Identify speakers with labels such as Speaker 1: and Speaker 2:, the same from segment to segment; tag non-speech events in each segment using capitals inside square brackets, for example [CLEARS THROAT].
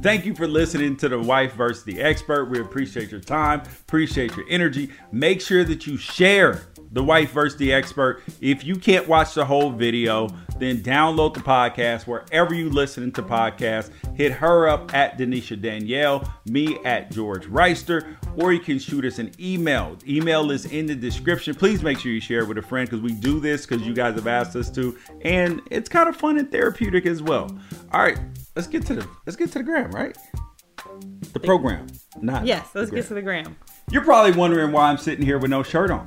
Speaker 1: Thank you for listening to the Wife versus the Expert. We appreciate your time, appreciate your energy. Make sure that you share the Wife versus the Expert. If you can't watch the whole video, then download the podcast wherever you listening to podcasts. Hit her up at Denisha Danielle, me at George Reister, or you can shoot us an email. The email is in the description. Please make sure you share it with a friend because we do this because you guys have asked us to, and it's kind of fun and therapeutic as well. All right, let's get to the let's get to the gram, right? The program, not
Speaker 2: Yes,
Speaker 1: the
Speaker 2: let's get
Speaker 1: gram.
Speaker 2: to the gram.
Speaker 1: You're probably wondering why I'm sitting here with no shirt on.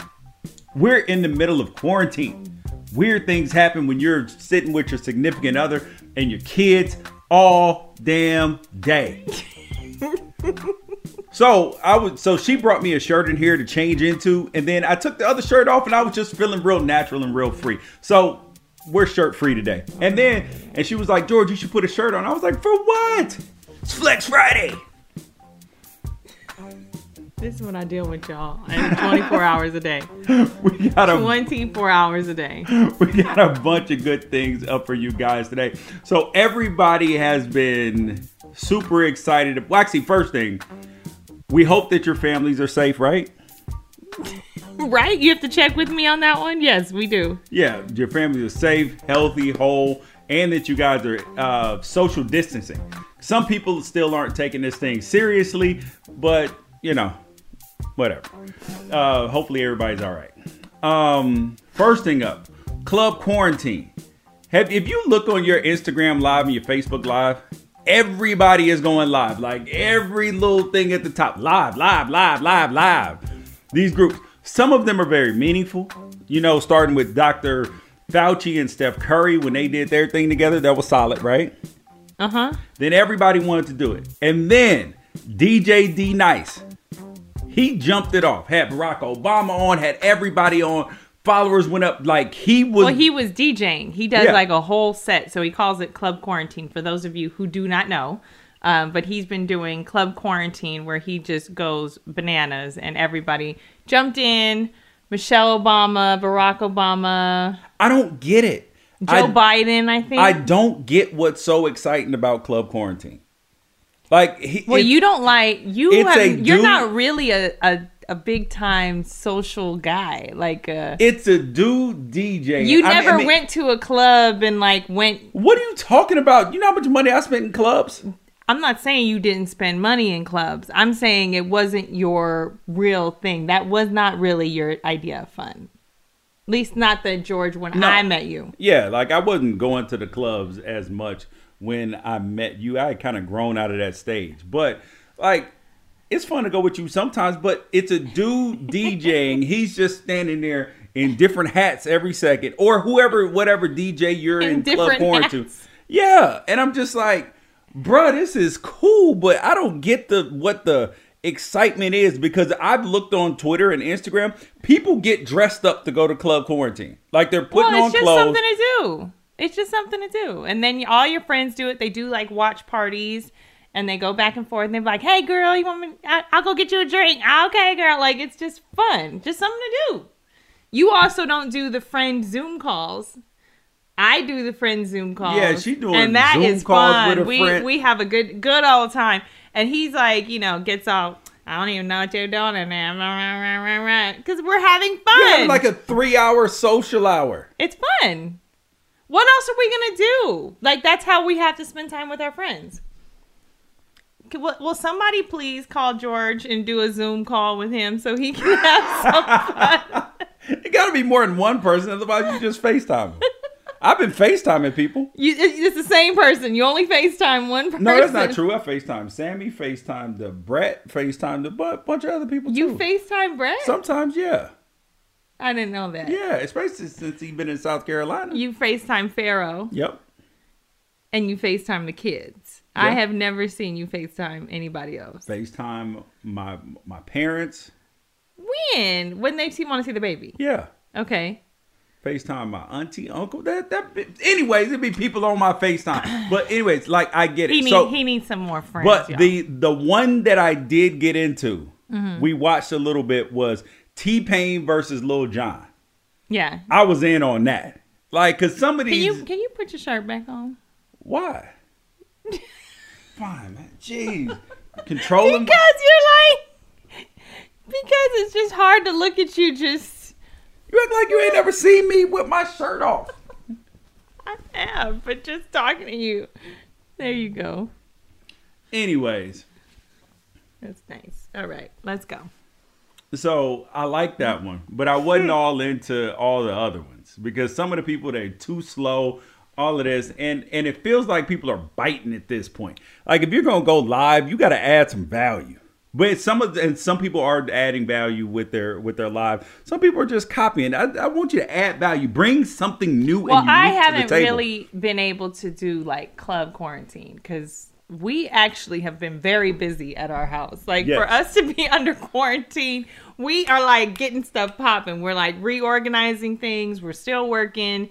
Speaker 1: We're in the middle of quarantine. Weird things happen when you're sitting with your significant other and your kids all damn day. [LAUGHS] so I would so she brought me a shirt in here to change into, and then I took the other shirt off and I was just feeling real natural and real free. So we're shirt free today. And then and she was like, George, you should put a shirt on. I was like, for what? It's Flex Friday. [LAUGHS]
Speaker 2: This is when I deal with y'all. And 24 [LAUGHS] hours a day.
Speaker 1: We got a
Speaker 2: 24 hours a day.
Speaker 1: we got a bunch of good things up for you guys today. So everybody has been super excited. Well, actually, first thing, we hope that your families are safe, right?
Speaker 2: Right? You have to check with me on that one? Yes, we do.
Speaker 1: Yeah, your families are safe, healthy, whole, and that you guys are uh, social distancing. Some people still aren't taking this thing seriously, but you know, whatever. Uh, hopefully, everybody's all right. Um, first thing up, club quarantine. Have if you look on your Instagram live and your Facebook live, everybody is going live. Like every little thing at the top, live, live, live, live, live. These groups, some of them are very meaningful. You know, starting with Dr. Fauci and Steph Curry when they did their thing together, that was solid, right?
Speaker 2: Uh huh.
Speaker 1: Then everybody wanted to do it. And then DJ D Nice, he jumped it off. Had Barack Obama on, had everybody on. Followers went up like he was.
Speaker 2: Well, he was DJing. He does
Speaker 1: Yeah.
Speaker 2: like a whole set. So he calls it Club Quarantine for those of you who do not know. Um, but he's been doing Club Quarantine where he just goes bananas and everybody jumped in. Michelle Obama, Barack Obama,
Speaker 1: I don't get it.
Speaker 2: Joe
Speaker 1: I,
Speaker 2: Biden, I think.
Speaker 1: I don't get what's so exciting about club quarantine. Like, he,
Speaker 2: Well,
Speaker 1: it-
Speaker 2: you don't like you.
Speaker 1: it's
Speaker 2: Have,
Speaker 1: a
Speaker 2: you're
Speaker 1: dude-
Speaker 2: not really a, a a big time social guy. Like uh,
Speaker 1: it's a dude DJ.
Speaker 2: you
Speaker 1: I mean-
Speaker 2: never
Speaker 1: I mean,
Speaker 2: went to a club and like went.
Speaker 1: What are you talking about? You know how much money I spent in clubs?
Speaker 2: I'm not saying you didn't spend money in clubs. I'm saying it wasn't your real thing. That was not really your idea of fun. At least not the George when
Speaker 1: No.
Speaker 2: I met you.
Speaker 1: Yeah, like I wasn't going to the clubs as much when I met you. I had kind of grown out of that stage. But like it's fun to go with you sometimes, but it's a
Speaker 2: [LAUGHS]
Speaker 1: dude DJing. He's just standing there in different hats every second or whoever whatever DJ you're in,
Speaker 2: In
Speaker 1: club
Speaker 2: different
Speaker 1: quarantine.
Speaker 2: hats.
Speaker 1: Yeah, and I'm just like, bruh, this is cool, but I don't get the what the excitement is because I've looked on Twitter and Instagram. People get dressed up to go to club quarantine, like they're putting
Speaker 2: well,
Speaker 1: on
Speaker 2: it's just
Speaker 1: clothes.
Speaker 2: something to do. It's just something to do. And then y- all your friends do it. They do like watch parties and they go back and forth and they're like, hey, girl, you want me? I- I'll go get you a drink. "Ah, Okay, girl. Like, it's just fun. Just something to do. You also don't do the friend Zoom calls. I do the friend Zoom calls.
Speaker 1: she doing
Speaker 2: and that
Speaker 1: Zoom
Speaker 2: is
Speaker 1: calls
Speaker 2: fun.
Speaker 1: with a
Speaker 2: we
Speaker 1: friend.
Speaker 2: we have a good good old time. And he's like, you know, gets all, I don't even know what you're doing in there, because we're having fun.
Speaker 1: We're having like a three hour social hour.
Speaker 2: It's fun. What else are we gonna do? Like that's how we have to spend time with our friends. Can- Will, will somebody please call George and do a Zoom call with him so he can [LAUGHS] have some?
Speaker 1: It gotta be more than one person, otherwise you just
Speaker 2: [LAUGHS]
Speaker 1: FaceTime. 'em. I've been FaceTiming people.
Speaker 2: you, it- it's the same person. You only Facetime one person.
Speaker 1: No, that's not true. I FaceTime Sammy, FaceTime the Brett, FaceTime the bu- bunch of other people
Speaker 2: You
Speaker 1: too.
Speaker 2: Facetime Brett?
Speaker 1: Sometimes, yeah.
Speaker 2: I didn't know that.
Speaker 1: Yeah, especially since he's been in South Carolina.
Speaker 2: You Facetime Pharaoh
Speaker 1: yep.
Speaker 2: and you Facetime the kids. I
Speaker 1: Yeah.
Speaker 2: have never seen you Facetime anybody else.
Speaker 1: FaceTime my my parents.
Speaker 2: When? When they see, want to see the baby?
Speaker 1: Yeah.
Speaker 2: Okay.
Speaker 1: FaceTime my auntie, uncle. That that. be- Anyways, it'd be people on my FaceTime. But anyways, like I get it.
Speaker 2: He needs
Speaker 1: so
Speaker 2: he needs some more friends.
Speaker 1: But
Speaker 2: y'all.
Speaker 1: the the one that I did get into,
Speaker 2: Mm-hmm.
Speaker 1: we watched a little bit was T Pain versus Lil Jon.
Speaker 2: yeah,
Speaker 1: I was in on that, like, cause some of
Speaker 2: Can
Speaker 1: these
Speaker 2: [LAUGHS] you can you put your shirt back on?
Speaker 1: why? fine, man. Jeez. Controlling.
Speaker 2: because you're like because it's just hard to look at you just
Speaker 1: You act like you ain't never seen me with my shirt off.
Speaker 2: I am, but just talking to you. There you go.
Speaker 1: Anyways,
Speaker 2: That's nice. All right, let's go.
Speaker 1: so I like that
Speaker 2: Mm.
Speaker 1: one, but I wasn't
Speaker 2: Hmm.
Speaker 1: all into all the other ones because some of the people they're too slow, all of this, and and it feels like people are biting at this point. Like if you're gonna go live, you got to add some value. But some of and some people are adding value with their with their live. Some people are just copying. I, I want you to add value, bring something new.
Speaker 2: Well,
Speaker 1: and unique
Speaker 2: I
Speaker 1: to
Speaker 2: haven't
Speaker 1: the table.
Speaker 2: really been able to do like club quarantine because we actually have been very busy at our house. Like
Speaker 1: Yes.
Speaker 2: for us to be [LAUGHS] under quarantine, we are like getting stuff popping. We're like reorganizing things. We're still working,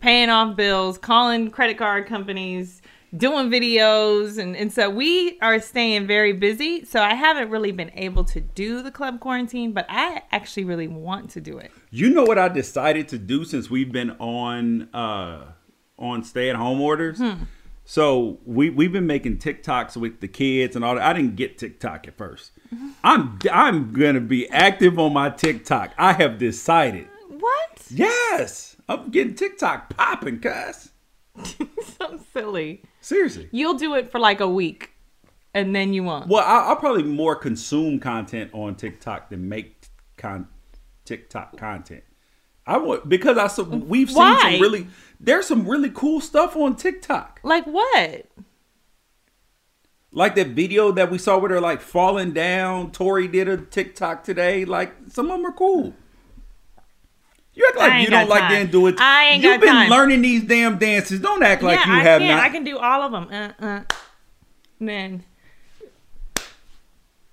Speaker 2: paying off bills, calling credit card companies, doing videos. And, and so we are staying very busy. So I haven't really been able to do the club quarantine, but I actually really want to do it.
Speaker 1: You know what I decided to do since we've been on uh on stay at home orders? So we we've been making TikToks with the kids and all that. I didn't get TikTok at 1st i I'm I'm gonna be active on my TikTok. I have decided.
Speaker 2: What?
Speaker 1: Yes, I'm getting TikTok popping, cuz.
Speaker 2: [LAUGHS] so silly.
Speaker 1: Seriously.
Speaker 2: You'll do it for like a week, and then you won't.
Speaker 1: Well, I, I'll probably more consume content on TikTok than make con- TikTok content. I want because I so we've seen
Speaker 2: Why?
Speaker 1: some really there's some really cool stuff on TikTok.
Speaker 2: Like what?
Speaker 1: Like that video that we saw where they're like falling down. Tori did a TikTok today. Like some of them are cool. You act
Speaker 2: I
Speaker 1: like
Speaker 2: ain't
Speaker 1: you don't
Speaker 2: got
Speaker 1: like
Speaker 2: time.
Speaker 1: them do it.
Speaker 2: I ain't
Speaker 1: You've
Speaker 2: got
Speaker 1: been
Speaker 2: time.
Speaker 1: learning these damn dances. Don't act like
Speaker 2: yeah,
Speaker 1: you
Speaker 2: I
Speaker 1: have
Speaker 2: can.
Speaker 1: not.
Speaker 2: I can do all of them. Uh, uh. Man,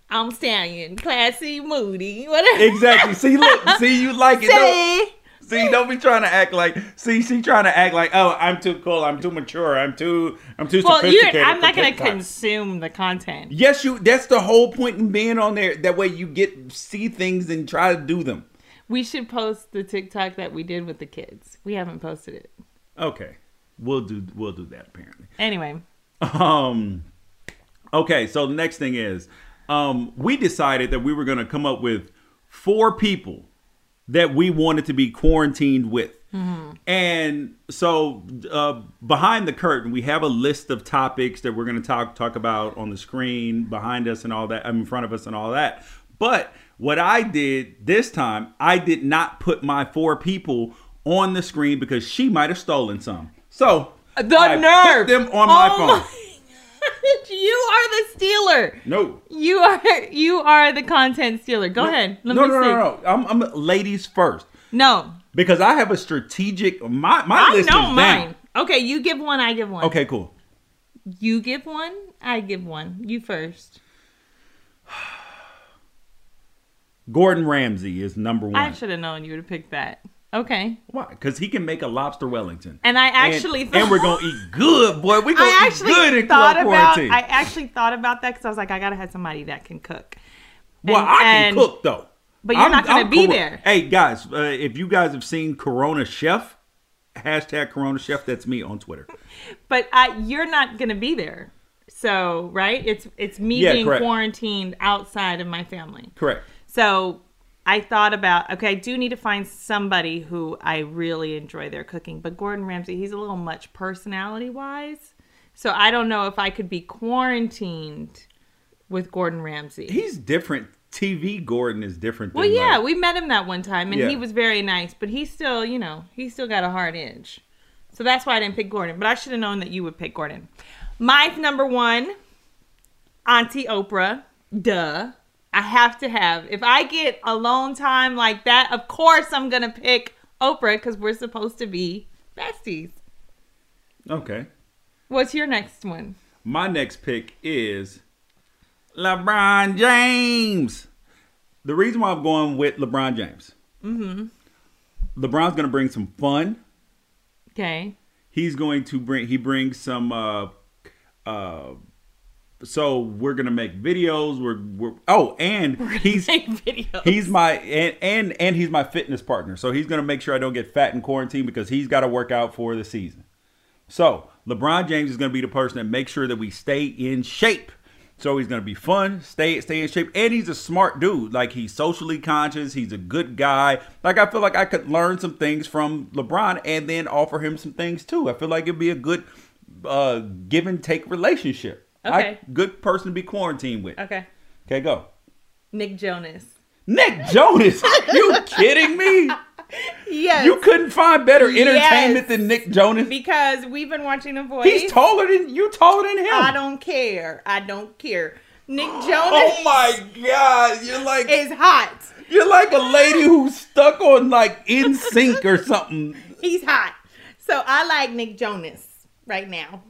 Speaker 2: I'm stallion, classy, moody, whatever.
Speaker 1: Exactly. See, look. See, you like
Speaker 2: [LAUGHS]
Speaker 1: it. Don't,
Speaker 2: Say.
Speaker 1: see, don't be trying to act like. See, she trying to act like. Oh, I'm too cool. I'm too mature. I'm too. I'm too
Speaker 2: Well, you
Speaker 1: sophisticated.
Speaker 2: I'm
Speaker 1: for
Speaker 2: not gonna
Speaker 1: TikTok."
Speaker 2: consume the content.
Speaker 1: Yes, you. That's the whole point in being on there. That way you get see things and try to do them.
Speaker 2: We should post the TikTok that we did with the kids. We haven't posted it.
Speaker 1: Okay, we'll do. We'll do that apparently.
Speaker 2: Anyway,
Speaker 1: Um okay, so the next thing is um we decided that we were going to come up with four people that we wanted to be quarantined with.
Speaker 2: Mm-hmm.
Speaker 1: And so uh, behind the curtain, we have a list of topics that we're going to talk talk about on the screen behind us and all that, in front of us and all that. But what I did this time, I did not put my four people on the screen because she might have stolen some. So
Speaker 2: the
Speaker 1: I put
Speaker 2: nerve.
Speaker 1: them on my
Speaker 2: Oh
Speaker 1: phone.
Speaker 2: [LAUGHS] my- you are the stealer.
Speaker 1: No.
Speaker 2: You are you are the content stealer. Go ahead. Let
Speaker 1: no,
Speaker 2: me
Speaker 1: no,
Speaker 2: see.
Speaker 1: no, no, I'm, I'm ladies first
Speaker 2: No,
Speaker 1: because I have a strategic. My my
Speaker 2: I
Speaker 1: list
Speaker 2: know
Speaker 1: is
Speaker 2: mine.
Speaker 1: down.
Speaker 2: Okay, you give one. I give one.
Speaker 1: Okay, cool.
Speaker 2: You give one. I give one. You first.
Speaker 1: Gordon Ramsay is number one.
Speaker 2: I should have known you would have picked that. Okay.
Speaker 1: Why? Because he can make a lobster Wellington.
Speaker 2: And I actually
Speaker 1: and,
Speaker 2: thought.
Speaker 1: and we're gonna eat good, boy. We gonna
Speaker 2: I
Speaker 1: eat good
Speaker 2: actually
Speaker 1: in
Speaker 2: thought
Speaker 1: club
Speaker 2: about.
Speaker 1: quarantine.
Speaker 2: I actually thought about that because I was like, I gotta have somebody that can cook.
Speaker 1: well,
Speaker 2: And-
Speaker 1: I can
Speaker 2: and-
Speaker 1: cook though.
Speaker 2: but you're not gonna be there.
Speaker 1: Hey guys, uh, if you guys have seen Corona Chef, hashtag Corona Chef, that's me on Twitter.
Speaker 2: But I, you're not gonna be there. So right, it's it's me
Speaker 1: Yeah,
Speaker 2: being
Speaker 1: correct.
Speaker 2: quarantined outside of my family.
Speaker 1: Correct.
Speaker 2: So I thought about okay, I do need to find somebody who I really enjoy their cooking, but Gordon Ramsay, he's a little much personality wise. So I don't know if I could be quarantined with Gordon Ramsay.
Speaker 1: He's different. TV Gordon is different.
Speaker 2: Well,
Speaker 1: than,
Speaker 2: yeah,
Speaker 1: like-
Speaker 2: we met him that one time and he
Speaker 1: Yeah.
Speaker 2: was very nice, but he still, you know, he still got a hard edge. So that's why I didn't pick Gordon, but I should have known that you would pick Gordon. My number one, Auntie Oprah. Duh. I have to have. If I get alone time like that, of course I'm going to pick Oprah because we're supposed to be besties.
Speaker 1: okay.
Speaker 2: What's your next one?
Speaker 1: My next pick is LeBron James. The reason why I'm going with LeBron James, mm-hmm. LeBron's going to bring some fun.
Speaker 2: Okay.
Speaker 1: He's going to bring he brings some. Uh, uh, so we're gonna make videos. We're, we're oh, and he's
Speaker 2: Take video.
Speaker 1: he's my and, and and he's my fitness partner. So he's gonna make sure I don't get fat in quarantine because he's got to work out for the season. So LeBron James is going to be the person that makes sure that we stay in shape. So he's going to be fun, stay stay in shape, and he's a smart dude. Like he's socially conscious, he's a good guy. Like I feel like I could learn some things from LeBron and then offer him some things too. I feel like it'd be a good uh, give and take relationship.
Speaker 2: Okay.
Speaker 1: I- good person to be quarantined with.
Speaker 2: Okay.
Speaker 1: Okay, go.
Speaker 2: Nick Jonas.
Speaker 1: Nick Jonas,
Speaker 2: [LAUGHS]
Speaker 1: you kidding me?
Speaker 2: Yes.
Speaker 1: You couldn't find better entertainment
Speaker 2: Yes.
Speaker 1: than Nick Jonas.
Speaker 2: because we've been watching The Voice.
Speaker 1: He's taller than you, taller than him.
Speaker 2: I don't care. I don't care.
Speaker 1: [GASPS]
Speaker 2: Nick Jonas
Speaker 1: Oh my god, you're like
Speaker 2: is hot.
Speaker 1: You're like a lady who's stuck on like in sync
Speaker 2: [LAUGHS]
Speaker 1: or something.
Speaker 2: He's hot. So I like Nick Jonas right now.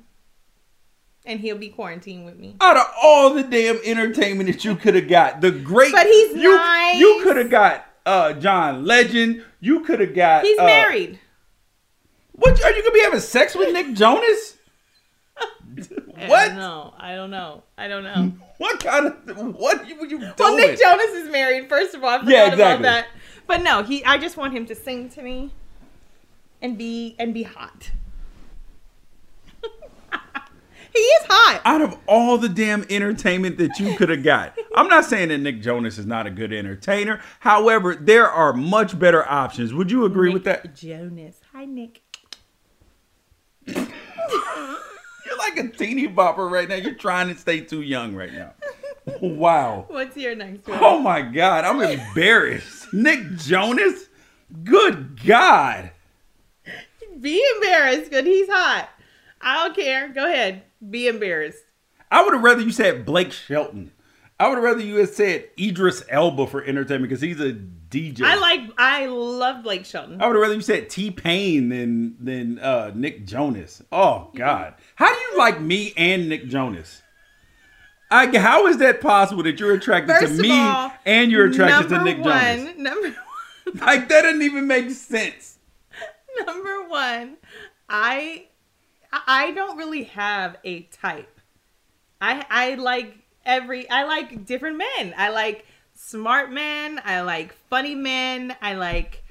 Speaker 2: And he'll be quarantined with me.
Speaker 1: Out of all the damn entertainment that you could have got, the great.
Speaker 2: But he's
Speaker 1: you,
Speaker 2: nice.
Speaker 1: You could have got uh, John Legend. You could have got.
Speaker 2: He's
Speaker 1: uh,
Speaker 2: married.
Speaker 1: What are you gonna be having sex with Nick Jonas?
Speaker 2: [LAUGHS] I don't
Speaker 1: what?
Speaker 2: know. I don't know. I don't know.
Speaker 1: What kind of? What you, you doing?
Speaker 2: well, Nick Jonas is married. First of all, I forgot
Speaker 1: Yeah,
Speaker 2: about
Speaker 1: exactly.
Speaker 2: that. But no, he. I just want him to sing to me, and be and be hot. [LAUGHS] he is hot.
Speaker 1: out of all the damn entertainment that you could have got. I'm not saying that Nick Jonas is not a good entertainer. However, there are much better options. Would you agree with that?
Speaker 2: Jonas. Hi, Nick.
Speaker 1: You're like a teeny bopper right now. You're trying to stay too young right now. [LAUGHS] Wow.
Speaker 2: What's your next one?
Speaker 1: Oh my God. I'm embarrassed. Nick Jonas? Good God.
Speaker 2: Be embarrassed, but he's hot. I don't care. Go ahead. Be embarrassed.
Speaker 1: I would have rather you said Blake Shelton. I would have rather you had said Idris Elba for entertainment because he's a DJ.
Speaker 2: I like. I love Blake Shelton.
Speaker 1: I would have rather you said T Pain than than uh, Nick Jonas. Oh God, how do you like me and Nick Jonas? I, how is that possible that you're attracted
Speaker 2: First
Speaker 1: to
Speaker 2: of
Speaker 1: me
Speaker 2: all,
Speaker 1: and you're attracted to
Speaker 2: number
Speaker 1: Nick
Speaker 2: one,
Speaker 1: Jonas?
Speaker 2: Number one.
Speaker 1: Like that doesn't even make sense.
Speaker 2: [LAUGHS] Number one, I I don't really have a type. I I like every I like different men. I like smart men, I like funny men, I like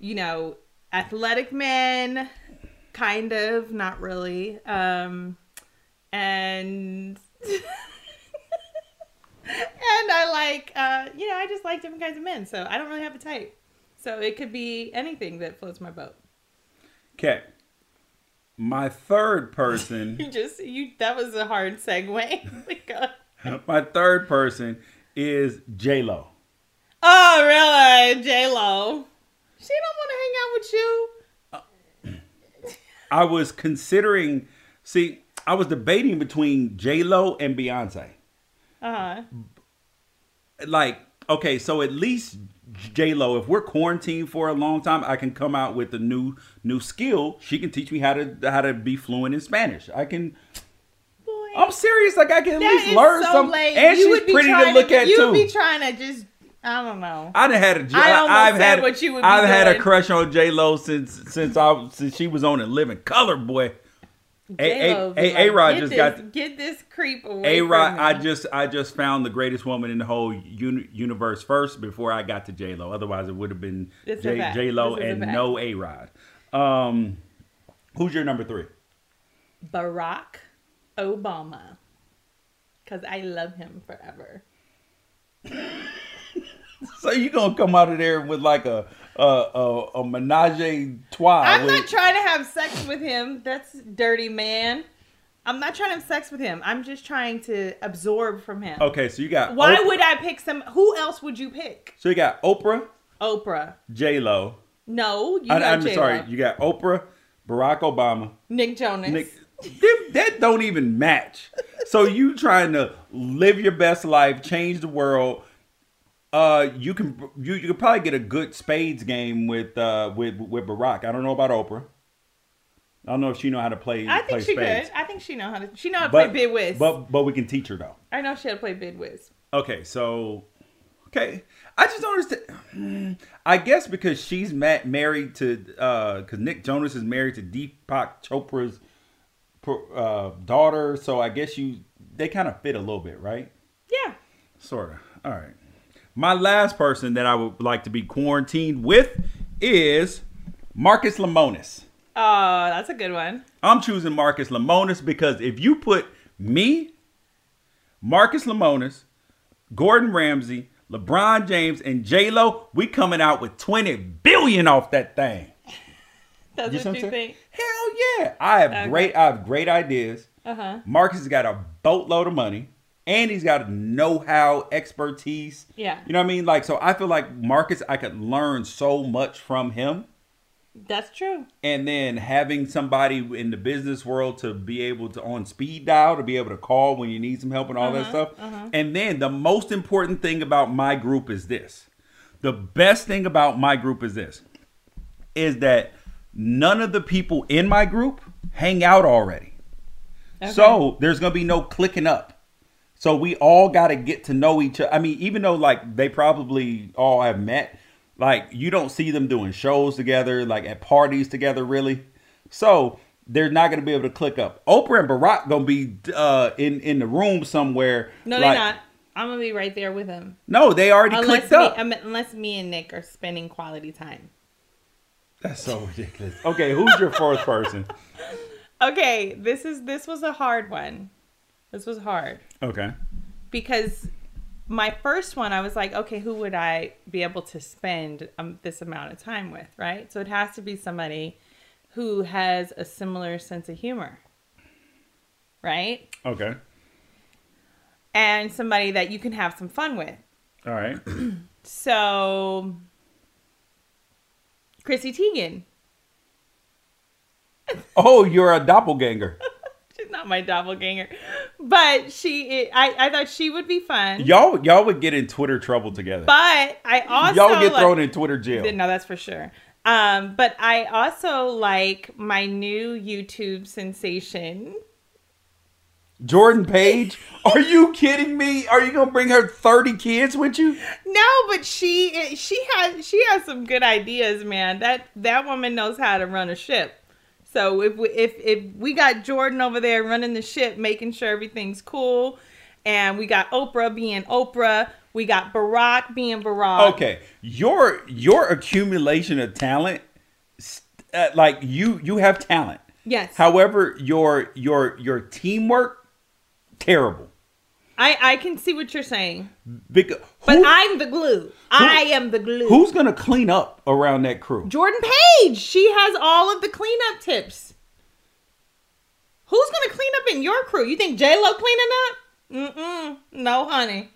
Speaker 2: you know, athletic men kind of, not really. Um and [LAUGHS] and I like uh you know, I just like different kinds of men, so I don't really have a type. So it could be anything that floats my boat.
Speaker 1: Okay, my third person,
Speaker 2: [LAUGHS] You just you that was a hard segue. [LAUGHS] Like, uh,
Speaker 1: my third person is J Lo.
Speaker 2: oh really, J Lo? She don't want to hang out with you.
Speaker 1: I was considering. See, I was debating between J Lo and Beyonce.
Speaker 2: Uh huh.
Speaker 1: like okay, so at least J Lo, if we're quarantined for a long time, I can come out with a new new skill. She can teach me how to how to be fluent in Spanish. I can.
Speaker 2: Boy,
Speaker 1: I'm serious. Like I can at
Speaker 2: that
Speaker 1: least
Speaker 2: is
Speaker 1: learn
Speaker 2: so
Speaker 1: Oh, some.
Speaker 2: late.
Speaker 1: And
Speaker 2: You
Speaker 1: she's
Speaker 2: would be
Speaker 1: pretty to
Speaker 2: trying
Speaker 1: look at
Speaker 2: You'd
Speaker 1: too.
Speaker 2: be trying to just I don't know.
Speaker 1: I done had a.
Speaker 2: I almost
Speaker 1: have
Speaker 2: said
Speaker 1: had
Speaker 2: what you would be
Speaker 1: I've had a
Speaker 2: doing.
Speaker 1: crush on J Lo since since I since she was on in Living Color, boy. A
Speaker 2: J-Lo
Speaker 1: A-
Speaker 2: be like,
Speaker 1: A Rod
Speaker 2: get
Speaker 1: just
Speaker 2: this,
Speaker 1: got
Speaker 2: get this creep away.
Speaker 1: A Rod,
Speaker 2: from me.
Speaker 1: I just I just found the greatest woman in the whole uni- universe first before I got to J Lo. Otherwise, it would have been
Speaker 2: This is a
Speaker 1: J
Speaker 2: fact.
Speaker 1: J Lo
Speaker 2: This is a
Speaker 1: and
Speaker 2: fact.
Speaker 1: no A Rod. Um, who's your number three? [LAUGHS]
Speaker 2: Barack Obama, because I love him forever.
Speaker 1: So you gonna come out of there with like a a a, a menage a trois?
Speaker 2: I'm
Speaker 1: with-
Speaker 2: not trying to have sex with him. That's dirty, man. I'm not trying to have sex with him. I'm just trying to absorb from him.
Speaker 1: okay, so you got
Speaker 2: Why
Speaker 1: Oprah,
Speaker 2: would I pick some? Who else would you pick?
Speaker 1: so you got Oprah,
Speaker 2: Oprah.
Speaker 1: J Lo.
Speaker 2: No, you got
Speaker 1: I'm
Speaker 2: J-Lo.
Speaker 1: sorry, you got Oprah, Barack Obama,
Speaker 2: Nick Jonas.
Speaker 1: Nick, them- that don't even match. So you trying to live your best life, change the world. Uh, you can you you could probably get a good spades game with uh with with Barack. I don't know about Oprah. I don't know if she know how to play.
Speaker 2: I think
Speaker 1: play
Speaker 2: she
Speaker 1: spades.
Speaker 2: could. I think she know how to. She know how to
Speaker 1: But
Speaker 2: play bid whiz.
Speaker 1: but but we can teach her though.
Speaker 2: I know she had to play bid whiz.
Speaker 1: Okay, so okay, I just don't understand. Hmm, I guess because she's ma- married to because Nick Jonas is married to Deepak Chopra's pro- uh, daughter, so I guess you they kind of fit a little bit, right?
Speaker 2: Yeah.
Speaker 1: Sort of. All right. My last person that I would like to be quarantined with is Marcus Lemonis.
Speaker 2: Oh, that's a good one.
Speaker 1: I'm choosing Marcus Lemonis because if you put me, Marcus Lemonis, Gordon Ramsay, LeBron James, and J Lo, we coming out with 20 billion off that thing.
Speaker 2: That's
Speaker 1: see
Speaker 2: what
Speaker 1: what I'm
Speaker 2: you
Speaker 1: saying?
Speaker 2: think.
Speaker 1: Hell yeah! I have
Speaker 2: Okay.
Speaker 1: great, I have great ideas.
Speaker 2: Uh huh.
Speaker 1: Marcus has got a boatload of money, and he's got know-how, expertise.
Speaker 2: Yeah.
Speaker 1: you know what I mean. Like, so I feel like Marcus, I could learn so much from him,
Speaker 2: That's true.
Speaker 1: and then having somebody in the business world to be able to on speed dial to be able to call when you need some help and all that stuff. And then the most important thing about my group is this: the best thing about my group is this, is that none of the people in my group hang out already.
Speaker 2: Okay.
Speaker 1: So there's gonna be no clicking up. So we all gotta get to know each other. I mean, even though like they probably all have met, like you don't see them doing shows together, like at parties together, really. So they're not gonna be able to click up. Oprah and Barack gonna be uh, in in the room somewhere.
Speaker 2: No,
Speaker 1: like-
Speaker 2: they're not. I'm gonna be right there with him.
Speaker 1: No, they already
Speaker 2: Unless
Speaker 1: clicked
Speaker 2: me,
Speaker 1: up.
Speaker 2: I mean, unless me and Nick are spending quality time.
Speaker 1: That's so ridiculous. Okay, who's your fourth person?
Speaker 2: Okay, this is this was a hard one. This was hard
Speaker 1: Okay.
Speaker 2: because my first one, I was like, okay, who would I be able to spend um, this amount of time with, right? So it has to be somebody who has a similar sense of humor, right?
Speaker 1: Okay.
Speaker 2: And somebody that you can have some fun with.
Speaker 1: All [CLEARS THROAT] right.
Speaker 2: So, Chrissy Teigen.
Speaker 1: Oh, you're a doppelganger.
Speaker 2: She's not my doppelganger, but she. I I thought she would be fun.
Speaker 1: Y'all y'all would get in Twitter trouble together.
Speaker 2: But I also
Speaker 1: Y'all get
Speaker 2: like-
Speaker 1: thrown in Twitter jail.
Speaker 2: No, that's for sure. Um, but I also like my new YouTube sensation.
Speaker 1: Jordan Page? Are you kidding me? Are you gonna bring her thirty kids with you?
Speaker 2: No, but she she has she has some good ideas, man. That that woman knows how to run a ship. So if we, if if we got Jordan over there running the ship, making sure everything's cool, and we got Oprah being Oprah, we got Barack being Barack.
Speaker 1: Okay, your your accumulation of talent, st- uh, like you you have talent.
Speaker 2: Yes.
Speaker 1: However, your your your teamwork terrible.
Speaker 2: I I can see what you're saying,
Speaker 1: Because
Speaker 2: but
Speaker 1: who,
Speaker 2: I'm the glue. I am the glue.
Speaker 1: who's gonna clean up around that crew?
Speaker 2: Jordan Page. She has all of the cleanup tips. Who's gonna clean up in your crew? You think J Lo cleaning up? Mm-mm. No, honey.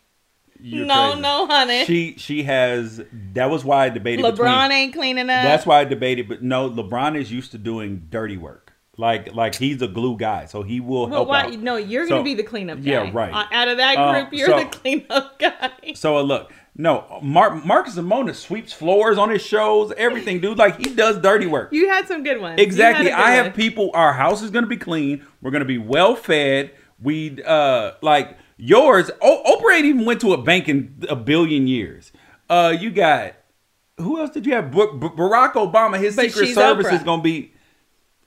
Speaker 1: You're
Speaker 2: no,
Speaker 1: crazy.
Speaker 2: no, honey.
Speaker 1: She she has. That was why I debated
Speaker 2: LeBron uh,
Speaker 1: between-
Speaker 2: ain't cleaning up.
Speaker 1: That's why I debated, but no, LeBron is used to doing dirty work. Like like he's a glue guy, so he will
Speaker 2: Well,
Speaker 1: help
Speaker 2: why?
Speaker 1: out.
Speaker 2: No, you're
Speaker 1: So-
Speaker 2: gonna be the cleanup guy.
Speaker 1: yeah, right.
Speaker 2: Uh, Out of that
Speaker 1: Uh,
Speaker 2: group, you're
Speaker 1: so-
Speaker 2: the [LAUGHS] cleanup guy.
Speaker 1: So uh, look, no, Mar- Marcus Simona sweeps floors on his shows, everything, dude. Like he does dirty work.
Speaker 2: You had some good ones. You
Speaker 1: Exactly.
Speaker 2: had a good
Speaker 1: I
Speaker 2: one.
Speaker 1: have people. Our house is gonna be clean. We're gonna be well fed. We uh like yours. O- Oprah ain't even went to a bank in a billion years. Uh, you got who else did you have? Bar- Bar- Barack Obama. His
Speaker 2: But
Speaker 1: Secret
Speaker 2: she's
Speaker 1: Service
Speaker 2: Oprah.
Speaker 1: is gonna be.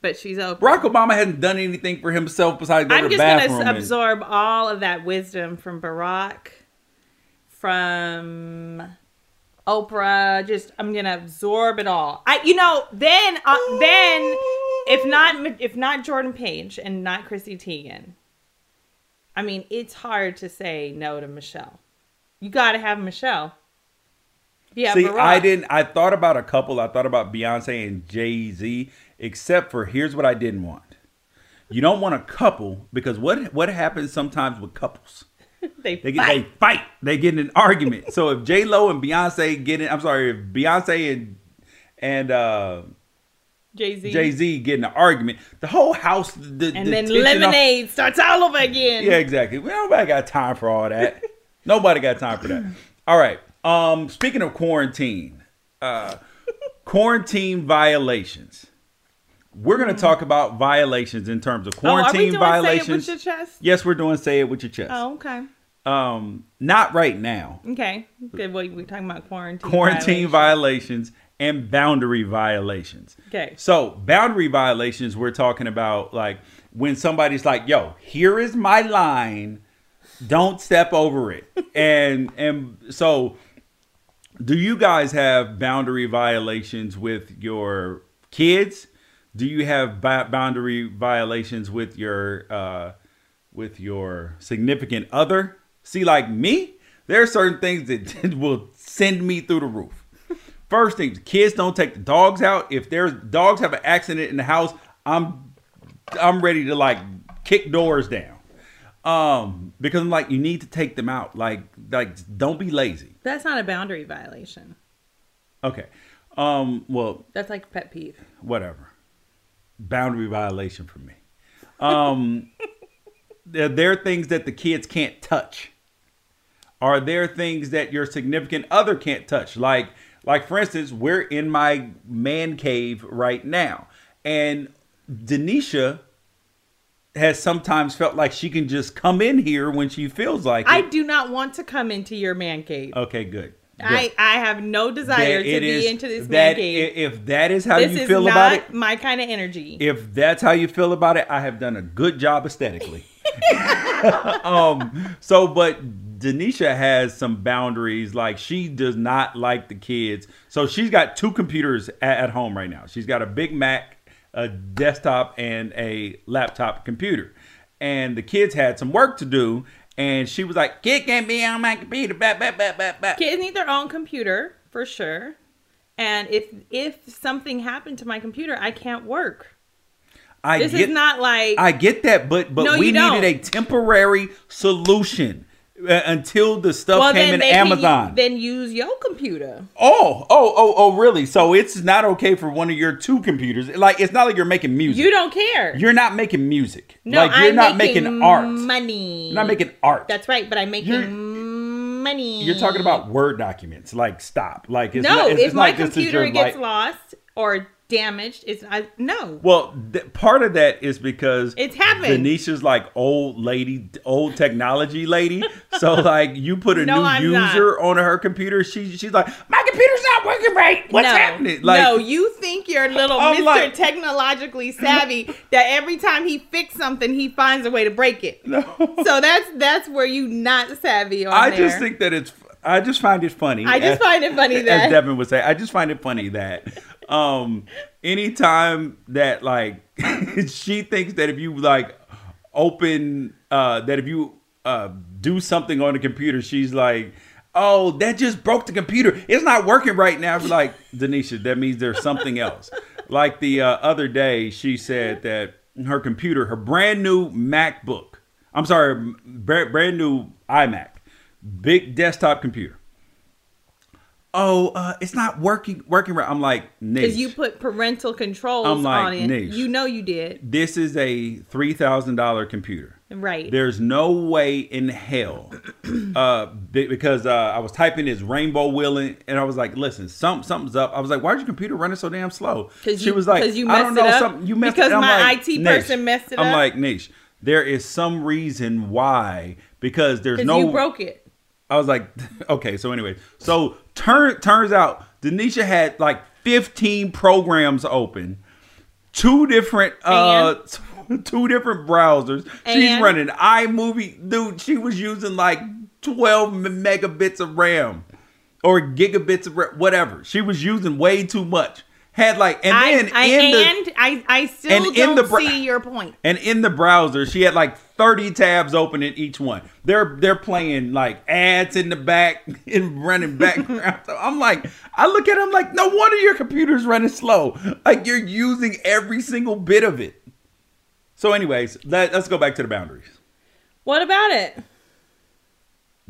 Speaker 2: but she's Oprah.
Speaker 1: Barack Obama hasn't done anything for himself besides go
Speaker 2: I'm
Speaker 1: to the
Speaker 2: just gonna
Speaker 1: bathroom.
Speaker 2: s-
Speaker 1: and-
Speaker 2: absorb all of that wisdom from Barack, from Oprah. Just I'm gonna absorb it all. I, you know, then uh, then if not if not Jordan Page and not Chrissy Teigen, I mean it's hard to say no to Michelle. You got to have Michelle. Yeah,
Speaker 1: See,
Speaker 2: Barack.
Speaker 1: I didn't. I thought about a couple. I thought about Beyonce and Jay Z, except for here's what I didn't want. You don't want a couple because what what happens sometimes with couples?
Speaker 2: They,
Speaker 1: They get
Speaker 2: fight.
Speaker 1: they fight. They get in an argument. so if J Lo and Beyonce get in, I'm sorry, if Beyonce and and uh,
Speaker 2: Jay-Z.
Speaker 1: Jay Z get in an argument, the whole house. The,
Speaker 2: and
Speaker 1: the
Speaker 2: then
Speaker 1: tension off-
Speaker 2: lemonade starts all over again.
Speaker 1: yeah, exactly. Well, nobody got time for all that. nobody got time for that. All right. Um, speaking of quarantine, uh, quarantine violations. We're gonna talk about violations in terms of
Speaker 2: Oh, are we
Speaker 1: quarantine
Speaker 2: doing
Speaker 1: violations.
Speaker 2: Say it with your chest?
Speaker 1: yes, we're doing say it with your chest.
Speaker 2: Oh, okay.
Speaker 1: Um, not right now.
Speaker 2: Okay. Good. Well, we're talking about quarantine.
Speaker 1: Quarantine
Speaker 2: violation.
Speaker 1: violations and boundary violations.
Speaker 2: Okay.
Speaker 1: So boundary violations, we're talking about like when somebody's like, "Yo, here is my line, don't step over
Speaker 2: [LAUGHS]
Speaker 1: it," and and so, do you guys have boundary violations with your kids? Do you have bi- boundary violations with your uh, with your significant other? See, like me, there are certain things that [LAUGHS] will send me through the roof. First thing, kids don't take the dogs out. If there's dogs have an accident in the house, I'm I'm ready to like kick doors down. Um, because I'm like, you need to take them out. Like, like don't be lazy.
Speaker 2: That's not a boundary violation.
Speaker 1: Okay. Um, well,
Speaker 2: That's like pet peeve.
Speaker 1: whatever. Boundary violation for me. Um, [LAUGHS] there, there are things that the kids can't touch. Are there things that your significant other can't touch? Like, like for instance, we're in my man cave right now, and Denisha has sometimes felt like she can just come in here when she feels like
Speaker 2: I
Speaker 1: it.
Speaker 2: do not want to come into your man cave.
Speaker 1: Okay, good.
Speaker 2: I,
Speaker 1: Good.
Speaker 2: I have no desire
Speaker 1: Oh, That
Speaker 2: to
Speaker 1: it
Speaker 2: be
Speaker 1: is-
Speaker 2: into this man
Speaker 1: that
Speaker 2: cave.
Speaker 1: i- If that is how
Speaker 2: this
Speaker 1: you
Speaker 2: is
Speaker 1: feel
Speaker 2: not
Speaker 1: about it,
Speaker 2: my kind of energy.
Speaker 1: if that's how you feel about it, I have done a good job aesthetically. [LAUGHS] um, so, but Denisha has some boundaries. Like, she does not like the kids. So, she's got two computers at, at home right now. She's got a Big Mac, a desktop, and a laptop computer. And the kids had some work to do. And she was like, Kid can't be on my computer. Bah, bah, bah, bah, bah.
Speaker 2: Kids need their own computer for sure. And if if something happened to my computer, I can't work.
Speaker 1: I
Speaker 2: This
Speaker 1: get
Speaker 2: is not like
Speaker 1: I get that, but but
Speaker 2: No,
Speaker 1: we
Speaker 2: you
Speaker 1: needed
Speaker 2: don't.
Speaker 1: a temporary solution uh, until the stuff
Speaker 2: well
Speaker 1: came
Speaker 2: then
Speaker 1: in
Speaker 2: they can u-
Speaker 1: Amazon.
Speaker 2: then use your computer.
Speaker 1: oh, oh, oh, oh, really? So it's not okay for one of your two computers. Like it's not like you're making music.
Speaker 2: You don't care.
Speaker 1: You're not making music.
Speaker 2: no,
Speaker 1: like you're
Speaker 2: I'm
Speaker 1: not making, art.
Speaker 2: Money.
Speaker 1: You're not making art.
Speaker 2: That's right, but I'm making
Speaker 1: You're-
Speaker 2: money.
Speaker 1: you're talking about word documents. Like stop. Like it's
Speaker 2: no.
Speaker 1: not, it's,
Speaker 2: if
Speaker 1: it's
Speaker 2: my
Speaker 1: like this is
Speaker 2: computer
Speaker 1: your
Speaker 2: gets
Speaker 1: life.
Speaker 2: lost or damaged, it's I no.
Speaker 1: Well, th- part of that is because
Speaker 2: It's happened.
Speaker 1: Denisha's like old lady, old technology lady.
Speaker 2: [LAUGHS]
Speaker 1: so like, you put a
Speaker 2: No,
Speaker 1: new
Speaker 2: I'm not.
Speaker 1: user on her computer, she she's like, my computer's not working right. What's
Speaker 2: no,
Speaker 1: happening? Like,
Speaker 2: no, you think you're little
Speaker 1: I'm
Speaker 2: Mister
Speaker 1: like-
Speaker 2: Technologically Savvy
Speaker 1: [LAUGHS]
Speaker 2: that every time he fixes something, he finds a way to break it. So that's that's where you not savvy on
Speaker 1: I
Speaker 2: there.
Speaker 1: just think that it's. I just find it funny.
Speaker 2: I just
Speaker 1: as-
Speaker 2: find it funny
Speaker 1: as
Speaker 2: that
Speaker 1: Devin would say, I just find it funny that um anytime that like [LAUGHS] she thinks that if you like open uh that if you uh do something on the computer, she's like, Oh, that just broke the computer. It's not working right now. I'd be
Speaker 2: [LAUGHS]
Speaker 1: like, Denisha, that means there's something else. like the uh, other day, she said that her computer, her brand new MacBook, I'm sorry, bra- brand new iMac, big desktop computer oh, uh, it's not working working right. I'm like, Nick,
Speaker 2: because you put parental controls
Speaker 1: I'm like,
Speaker 2: on it.
Speaker 1: "Niche."
Speaker 2: You know you did
Speaker 1: this is a three thousand dollar computer.
Speaker 2: right.
Speaker 1: There's no way in hell, uh, be- because uh, I was typing this rainbow wheeling, and I was like, "Listen, some something's up." I was like, "Why is your computer running so damn slow?"
Speaker 2: 'Cause
Speaker 1: she
Speaker 2: you-
Speaker 1: was like,
Speaker 2: 'cause you
Speaker 1: "I don't
Speaker 2: messed
Speaker 1: know
Speaker 2: it up?
Speaker 1: something you messed." it
Speaker 2: Because
Speaker 1: up." I'm
Speaker 2: my
Speaker 1: like,
Speaker 2: IT
Speaker 1: "Niche."
Speaker 2: person messed it
Speaker 1: I'm
Speaker 2: up?
Speaker 1: like, "Niche, there is some reason why." Because there's
Speaker 2: Because
Speaker 1: no
Speaker 2: you broke it.
Speaker 1: I was like, [LAUGHS] okay, so anyway, so turn turns out Denisha had like 15 programs open, two different uh [LAUGHS] two different browsers. She's
Speaker 2: And?
Speaker 1: running iMovie, dude. She was using like 12 m- megabits of RAM or gigabits of RAM, whatever. She was using way too much. Had like and
Speaker 2: I,
Speaker 1: then
Speaker 2: I,
Speaker 1: in the
Speaker 2: and I, I still
Speaker 1: and in
Speaker 2: don't
Speaker 1: the bra-
Speaker 2: see your point.
Speaker 1: and in the browser, she had like 30 tabs open in each one. They're they're playing like ads in the back [LAUGHS] and running background. [LAUGHS] so I'm like, I look at them like, no wonder your computer's running slow. Like you're using every single bit of it. So, anyways, let, let's go back to the boundaries.
Speaker 2: What about it?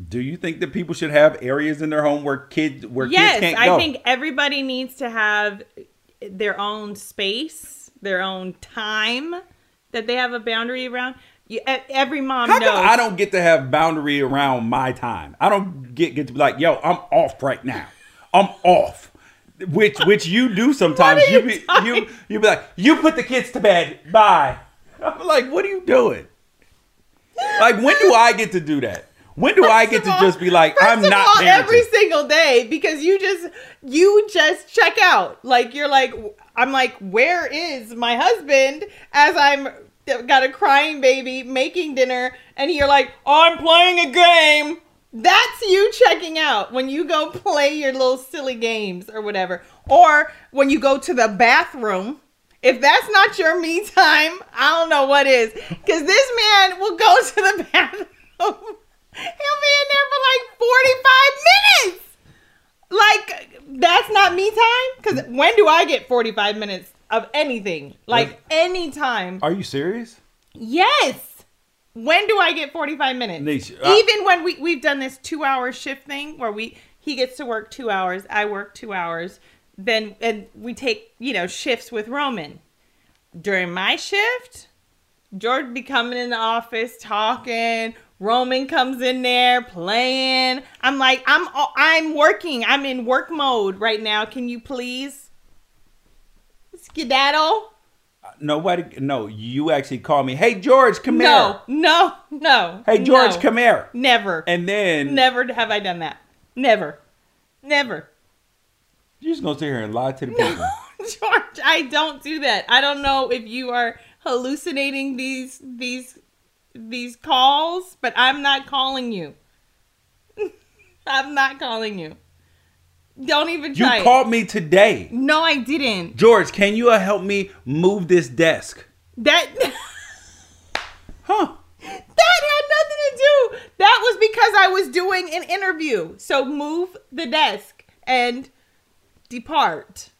Speaker 1: Do you think that people should have areas in their home where kids where kids
Speaker 2: Yes,
Speaker 1: can't go?
Speaker 2: I think everybody needs to have their own space, their own time that they have a boundary around. You, e- every mom
Speaker 1: How
Speaker 2: knows.
Speaker 1: come I don't get to have boundary around my time? I don't get get to be like, yo, I'm off right now. I'm off. Which which you do sometimes.
Speaker 2: [LAUGHS] What
Speaker 1: You
Speaker 2: are you
Speaker 1: be
Speaker 2: talking-
Speaker 1: you you be like, you put the kids to bed. Bye. [LAUGHS] I'm like, what are you doing? Like, when do I get to do that? When do I get
Speaker 2: First
Speaker 1: to
Speaker 2: of all-
Speaker 1: just be like,
Speaker 2: first
Speaker 1: I'm
Speaker 2: of
Speaker 1: not
Speaker 2: all,
Speaker 1: parenting?
Speaker 2: every single day because you just you just check out. Like you're like I'm like where is my husband as I'm got a crying baby making dinner and you're like I'm playing a game. That's you checking out when you go play your little silly games or whatever. Or when you go to the bathroom If that's not your me time, I don't know what is. Because this man will go to the [LAUGHS] bathroom. He'll be in there for like 45 minutes. Like, that's not me time? Because when do I get 45 minutes of anything? Like, any time.
Speaker 1: Are you serious?
Speaker 2: Yes. When do I get 45 minutes?
Speaker 1: Nisha, I-
Speaker 2: Even when we, we've done this two hour shift thing where we he gets to work two hours, I work two hours, then and we take, you know, shifts with Roman. During my shift, George be coming in the office talking. Roman comes in there playing. I'm like, I'm I'm working. I'm in work mode right now. Can you please skedaddle?
Speaker 1: Nobody. No, you actually called me. Hey George, come
Speaker 2: No, no, no.
Speaker 1: here. Hey George,
Speaker 2: no.
Speaker 1: come here.
Speaker 2: Never.
Speaker 1: And then
Speaker 2: Never have I done that. Never. Never. [LAUGHS]
Speaker 1: you're just gonna sit here and lie to the people.
Speaker 2: George, I don't do that. I don't know if you are hallucinating these these these calls, but I'm not calling you. [LAUGHS] I'm not calling you. Don't even
Speaker 1: You
Speaker 2: try. it.
Speaker 1: called me today.
Speaker 2: no, I didn't.
Speaker 1: George, can you uh, help me move this desk?
Speaker 2: That [LAUGHS]
Speaker 1: Huh?
Speaker 2: That had nothing to do. That was because I was doing an interview. So move the desk and depart.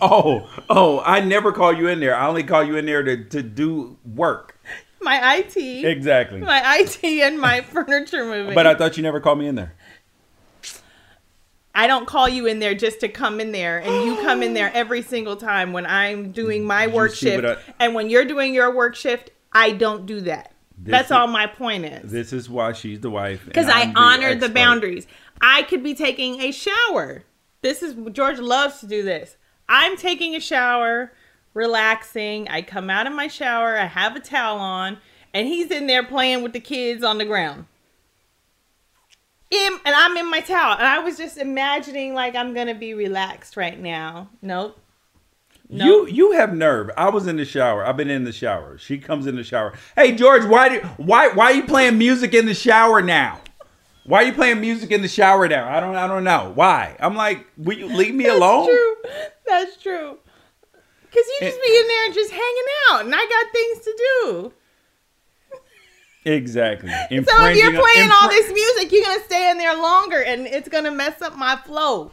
Speaker 1: Oh, oh, I never call you in there. I only call you in there to, to do work.
Speaker 2: My IT,
Speaker 1: Exactly.
Speaker 2: my IT, and
Speaker 1: [LAUGHS]
Speaker 2: my furniture moving.
Speaker 1: But I thought you never called me in there.
Speaker 2: I don't call you in there just to come in there, and you
Speaker 1: [GASPS]
Speaker 2: come in there every single time when I'm doing my work
Speaker 1: see
Speaker 2: shift,
Speaker 1: what
Speaker 2: and when you're doing your work shift, I don't do that.
Speaker 1: This
Speaker 2: That's
Speaker 1: is-
Speaker 2: all my point is.
Speaker 1: This is why she's the wife. and
Speaker 2: because I
Speaker 1: I'm
Speaker 2: honor the
Speaker 1: expert.
Speaker 2: boundaries. I could be taking a shower. This is George loves to do this. I'm taking a shower, relaxing. I come out of my shower, I have a towel on, and he's in there playing with the kids on the ground. In, and I'm in my towel, and I was just imagining like I'm gonna be relaxed right now. Nope.
Speaker 1: You you have nerve. I was in the shower. I've been in the shower. She comes in the shower. Hey George, why do, why why are you playing music in the shower now? Why are you playing music in the shower now? I don't I don't know. Why? I'm like, will you leave me alone?
Speaker 2: That's true. That's true. Cause you just
Speaker 1: It-
Speaker 2: be in there and just hanging out, and I got things to do.
Speaker 1: Exactly.
Speaker 2: [LAUGHS] So if you're
Speaker 1: Infringing-
Speaker 2: playing all
Speaker 1: infri-
Speaker 2: this music, you're gonna stay in there longer, and it's gonna mess up my flow.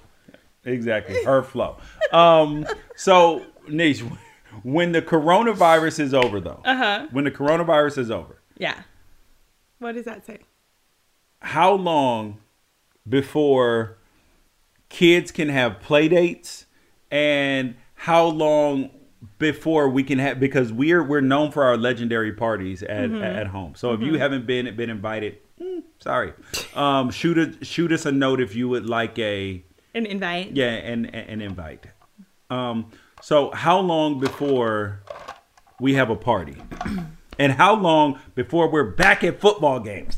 Speaker 1: Exactly. Her flow. Um, so, Nish, when the coronavirus is over, though,
Speaker 2: Uh-huh.
Speaker 1: when the coronavirus is over,
Speaker 2: Yeah. What does that say?
Speaker 1: how long before kids can have play dates and how long before we can have because we're we're known for our legendary parties at, at home so if you haven't been been invited mm, sorry um shoot a, shoot us a note if you would like a
Speaker 2: An invite.
Speaker 1: Yeah, and and- an invite. Um, so how long before we have a party, [CLEARS THROAT] and how long before we're back at football games?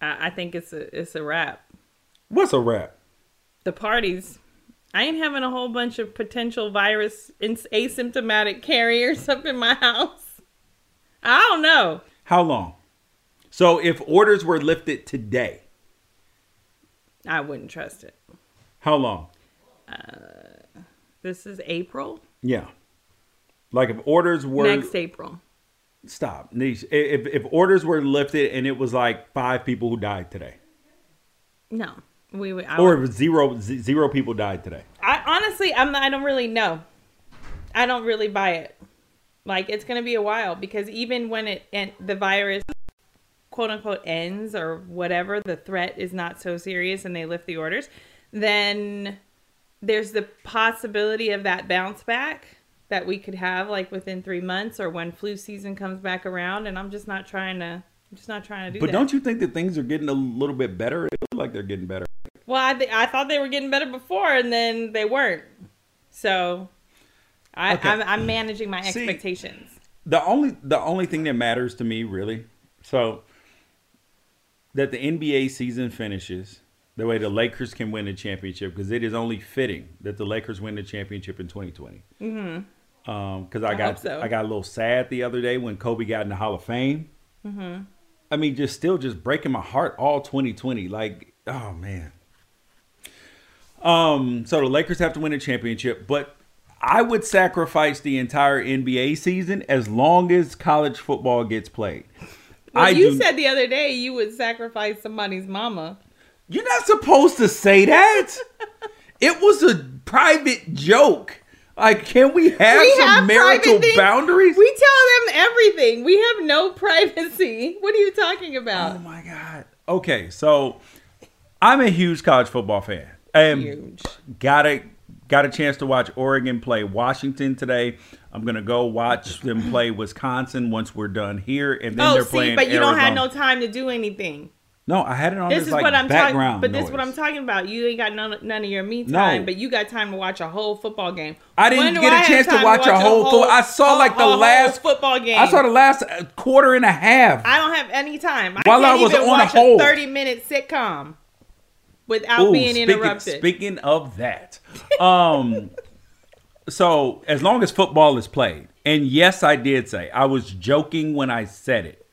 Speaker 2: I, I think it's a it's a wrap.
Speaker 1: What's a wrap?
Speaker 2: The parties. I ain't having a whole bunch of potential virus ins- asymptomatic carriers up in my house. I don't know.
Speaker 1: How long? So if orders were lifted today,
Speaker 2: I wouldn't trust it.
Speaker 1: how long?
Speaker 2: This is April.
Speaker 1: Yeah, like if orders were
Speaker 2: Next April.
Speaker 1: stop, Niche. I- If if orders were lifted and it was like five people who died today,
Speaker 2: No, we would. I,
Speaker 1: or
Speaker 2: would
Speaker 1: if zero z- zero people died today,
Speaker 2: I honestly, I'm. not- I don't really know. I don't really buy it. Like it's gonna be a while because even when it and the virus, quote unquote, ends or whatever, the threat is not so serious and they lift the orders, then there's the possibility of that bounce back that we could have like within three months or when flu season comes back around. And I'm just not trying to. I'm just not trying to do
Speaker 1: but
Speaker 2: that.
Speaker 1: don't you think that things are getting a little bit better? It looks like they're getting better.
Speaker 2: Well, I, th- I thought they were getting better before, and then they weren't. So, I,
Speaker 1: Okay.
Speaker 2: I'm, I'm managing my
Speaker 1: See-
Speaker 2: expectations.
Speaker 1: the only the only thing that matters to me really so that the nba season finishes the way the lakers can win the championship because it is only fitting that the lakers win the championship in 2020 because mm-hmm. i
Speaker 2: hope
Speaker 1: got
Speaker 2: so.
Speaker 1: i got a little sad the other day when kobe got in the hall of fame mm-hmm. i mean just still just breaking my heart all 2020 like oh man um so the lakers have to win a championship but I would sacrifice the entire NBA season as long as college football gets played.
Speaker 2: Well,
Speaker 1: I
Speaker 2: you
Speaker 1: do-
Speaker 2: said the other day you would sacrifice somebody's mama.
Speaker 1: You're not supposed to say
Speaker 2: [LAUGHS]
Speaker 1: that. it was a private joke. Like, can we have
Speaker 2: We
Speaker 1: some
Speaker 2: have
Speaker 1: marital
Speaker 2: private things.
Speaker 1: boundaries?
Speaker 2: We tell them everything. We have no [LAUGHS] privacy. What are you talking
Speaker 1: oh
Speaker 2: about?
Speaker 1: my god. Okay, so I'm a huge college football fan. And
Speaker 2: Huge.
Speaker 1: got a got a chance to watch Oregon play Washington today. I'm gonna go watch them play Wisconsin once we're done here, and then
Speaker 2: Oh,
Speaker 1: they're
Speaker 2: see,
Speaker 1: playing.
Speaker 2: but you don't have
Speaker 1: Arizona.
Speaker 2: no time to do anything.
Speaker 1: No, I had it on.
Speaker 2: This
Speaker 1: as,
Speaker 2: is
Speaker 1: like,
Speaker 2: what I'm talking.
Speaker 1: background
Speaker 2: But this is what
Speaker 1: noise.
Speaker 2: I'm talking about. You ain't got none, none of your me
Speaker 1: No.
Speaker 2: time, but you got time to watch a whole football game.
Speaker 1: I didn't
Speaker 2: do
Speaker 1: get a
Speaker 2: have
Speaker 1: chance to
Speaker 2: time
Speaker 1: watch a whole fo- I saw,
Speaker 2: a-
Speaker 1: like, the
Speaker 2: a whole
Speaker 1: last-
Speaker 2: football game.
Speaker 1: I saw the last uh, quarter and a half.
Speaker 2: I don't have any time. I
Speaker 1: While
Speaker 2: can't
Speaker 1: I was
Speaker 2: even
Speaker 1: on a
Speaker 2: watch
Speaker 1: hold.
Speaker 2: 30 minute sitcom without
Speaker 1: Ooh,
Speaker 2: being
Speaker 1: speaking,
Speaker 2: interrupted.
Speaker 1: Speaking of that, um, [LAUGHS] so as long as football is played, and yes, I did say I was joking when I said it.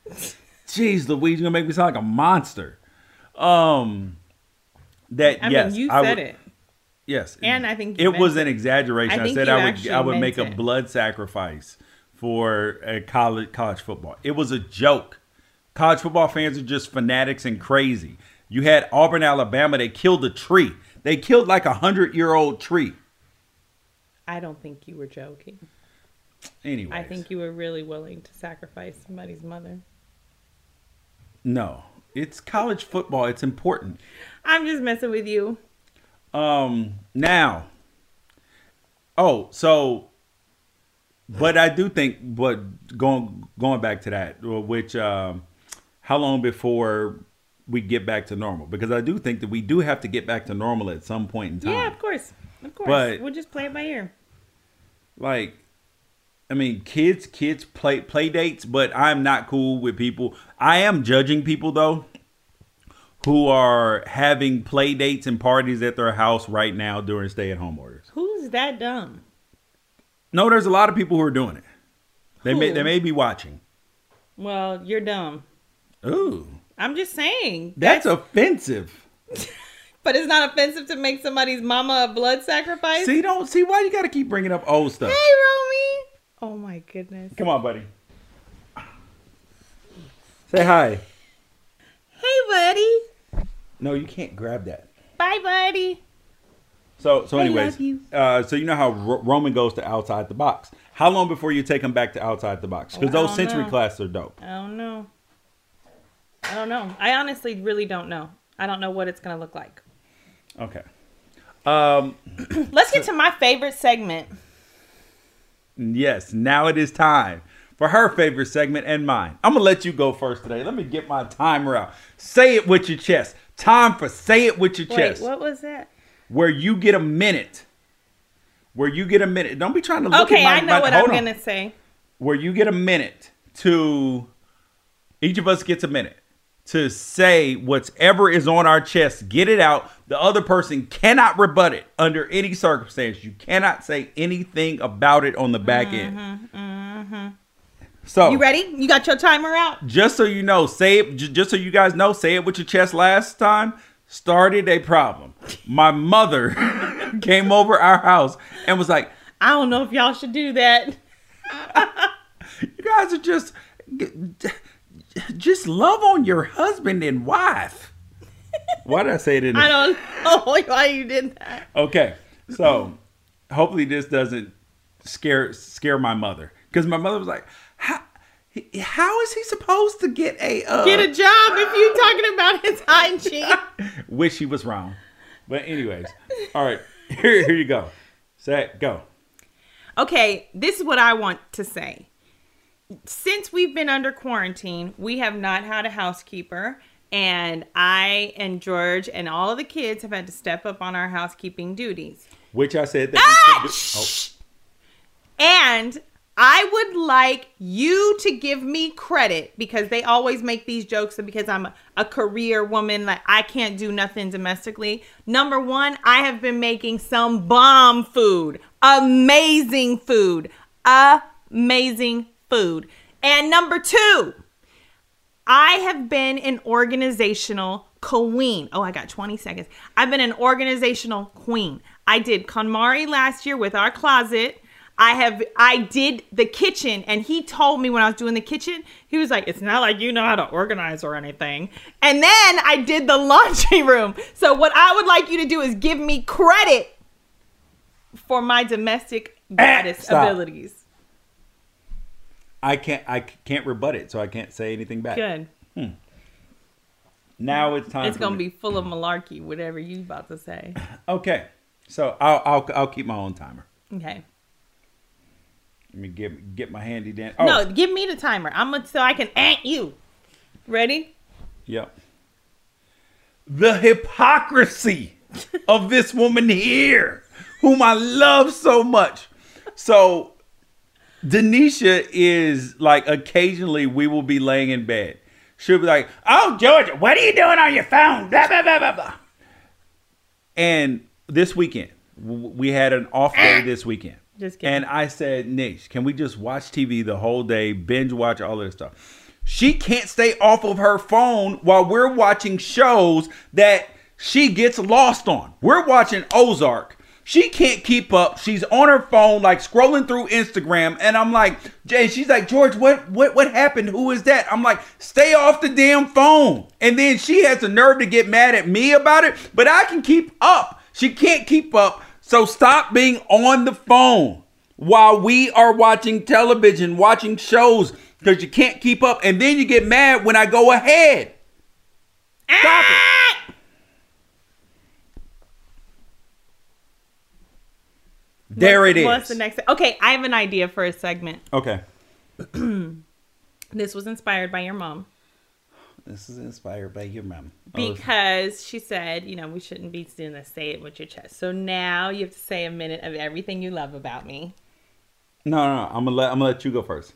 Speaker 1: Jeez, Louise, you're gonna make me sound like a monster. Um, that
Speaker 2: I
Speaker 1: yes,
Speaker 2: mean, you
Speaker 1: I
Speaker 2: said
Speaker 1: would-
Speaker 2: it.
Speaker 1: Yes,
Speaker 2: And I think you
Speaker 1: it
Speaker 2: meant
Speaker 1: was an
Speaker 2: it.
Speaker 1: exaggeration.
Speaker 2: I
Speaker 1: I,
Speaker 2: think
Speaker 1: said
Speaker 2: you
Speaker 1: I would
Speaker 2: actually
Speaker 1: I would make
Speaker 2: meant
Speaker 1: a
Speaker 2: it.
Speaker 1: blood sacrifice for a college college football. It was a joke. College football fans are just fanatics and crazy. You had Auburn, Alabama. They killed a tree. They killed like a hundred year old tree.
Speaker 2: I don't think you were joking.
Speaker 1: Anyway,
Speaker 2: I think you were really willing to sacrifice somebody's mother.
Speaker 1: no. It's college football. It's important.
Speaker 2: I'm just messing with you.
Speaker 1: Um, now, oh, so, but I do think, but going going back to that, which, um, how long before we get back to normal? Because I do think that we do have to get back to normal at some point in time.
Speaker 2: Yeah, of course. Of course.
Speaker 1: But-
Speaker 2: we'll just play it by ear.
Speaker 1: Like, I mean, kids, kids play play dates, but I'm not cool with people. I am judging people though. Who are having play dates and parties at their house right now during stay at home orders?
Speaker 2: Who's that dumb?
Speaker 1: No, there's a lot of people who are doing it. They may
Speaker 2: Who?
Speaker 1: they may be watching.
Speaker 2: Well, you're dumb.
Speaker 1: Ooh,
Speaker 2: I'm just saying.
Speaker 1: that's, offensive.
Speaker 2: But it's not offensive to make somebody's mama a blood sacrifice.
Speaker 1: See, don't see why you got to keep bringing up old stuff.
Speaker 2: Hey, Romy. Oh my goodness.
Speaker 1: Come on, buddy. Say hi.
Speaker 2: Hey, buddy.
Speaker 1: No, you can't grab that.
Speaker 2: Bye, buddy.
Speaker 1: So so
Speaker 2: I
Speaker 1: anyways,
Speaker 2: love you.
Speaker 1: Uh, so you know how Ro- Roman goes to outside the box. How long before you take him back to outside the box? Because
Speaker 2: Oh, I
Speaker 1: those
Speaker 2: don't
Speaker 1: sensory
Speaker 2: know.
Speaker 1: classes are dope.
Speaker 2: I don't know. I don't know. I honestly really don't know. I don't know what it's going to look like.
Speaker 1: Okay. Um.
Speaker 2: Let's get to my favorite segment.
Speaker 1: Yes. Now it is time for her favorite segment and mine. I'm gonna let you go first today. Let me get my timer out. Say it with your chest. Time for say it with your
Speaker 2: Wait,
Speaker 1: chest.
Speaker 2: what was that?
Speaker 1: where you get a minute. Where you get a minute. Don't be trying to look
Speaker 2: okay,
Speaker 1: at my,
Speaker 2: I know
Speaker 1: my-
Speaker 2: what I'm
Speaker 1: hold on.
Speaker 2: going to say.
Speaker 1: Where you get a minute to each of us gets a minute to say whatever is on our chest, get it out. The other person cannot rebut it under any circumstance. You cannot say anything about it on the back end. So
Speaker 2: Mm-hmm,
Speaker 1: Oh.
Speaker 2: You ready? You got your timer out?
Speaker 1: just so you know, say it. j- Just so you guys know, say it with your chest. Last time started a problem. My mother [LAUGHS] came over our house and was like,
Speaker 2: I don't know if y'all should do that.
Speaker 1: "You guys are just, g- j- just love on your husband and wife." Why did I say it in?
Speaker 2: [LAUGHS] I don't know why you did that.
Speaker 1: Okay, so hopefully this doesn't scare scare my mother because my mother was like, "How h- how is he supposed to get a uh,
Speaker 2: Get a job if you talking about his
Speaker 1: [LAUGHS]
Speaker 2: hygiene.
Speaker 1: Wish he was wrong. But anyways, all right. [LAUGHS] Here, here you go. Set, go.
Speaker 2: Okay, this is what I want to say. Since we've been under quarantine, we have not had a housekeeper, and I and George and all of the kids have had to step up on our housekeeping duties.
Speaker 1: Which I said oh, that. we could do-
Speaker 2: Ah, Shh. And I would like you to give me credit because they always make these jokes that because I'm a, a career woman, like I can't do nothing domestically. Number one, I have been making some bomb food, amazing food, amazing food. And number two, I have been an organizational queen. Oh, I got 20 seconds. I've been an organizational queen. I did KonMari last year with our closet. I have I did the kitchen and he told me when I was doing the kitchen, he was like, It's not like you know how to organize or anything. And then I did the laundry [LAUGHS] room. So what I would like you to do is give me credit for my domestic goddess
Speaker 1: stop.
Speaker 2: abilities.
Speaker 1: I can't I can't rebut it, so I can't say anything back.
Speaker 2: Good.
Speaker 1: Now it's time.
Speaker 2: It's
Speaker 1: for
Speaker 2: gonna
Speaker 1: me-
Speaker 2: be full of malarkey, whatever you about to say.
Speaker 1: okay. So I'll, I'll I'll keep my own timer.
Speaker 2: Okay.
Speaker 1: Let me get get my handy dan. Oh,
Speaker 2: No, give me the timer. I'm gonna so I can ant you. Ready?
Speaker 1: Yep. The
Speaker 2: [LAUGHS]
Speaker 1: hypocrisy of this woman here, whom I love so much. So, Denisha is like occasionally we will be laying in bed. She'll be like, "Oh, Georgia, what are you doing on your phone?" Blah blah blah blah blah. And this weekend, w- we had an off
Speaker 2: [GASPS]
Speaker 1: day. This weekend,
Speaker 2: Just kidding.
Speaker 1: And I said, "Nish, can we just watch TV the whole day, binge watch all of this stuff?" She can't stay off of her phone while we're watching shows that she gets lost on. We're watching Ozark. She can't keep up. She's on her phone, like scrolling through Instagram, and I'm like, Jay. She's like, George, what, what, what happened? Who is that? I'm like, stay off the damn phone. And then she has the nerve to get mad at me about it, but I can keep up. She can't keep up. So stop being on the phone while we are watching television, watching shows, because you can't keep up. And then you get mad when I go ahead. Stop it. There it is.
Speaker 2: What's the next? Okay, I have an idea for a segment.
Speaker 1: Okay.
Speaker 2: This was inspired by your mom
Speaker 1: This is inspired by your Oh, mom.
Speaker 2: because she said, you know, we shouldn't be doing this. Say it with your chest. So now you have to say a minute of everything you love about me.
Speaker 1: No, no, no. I'm gonna let I'm gonna let you go first.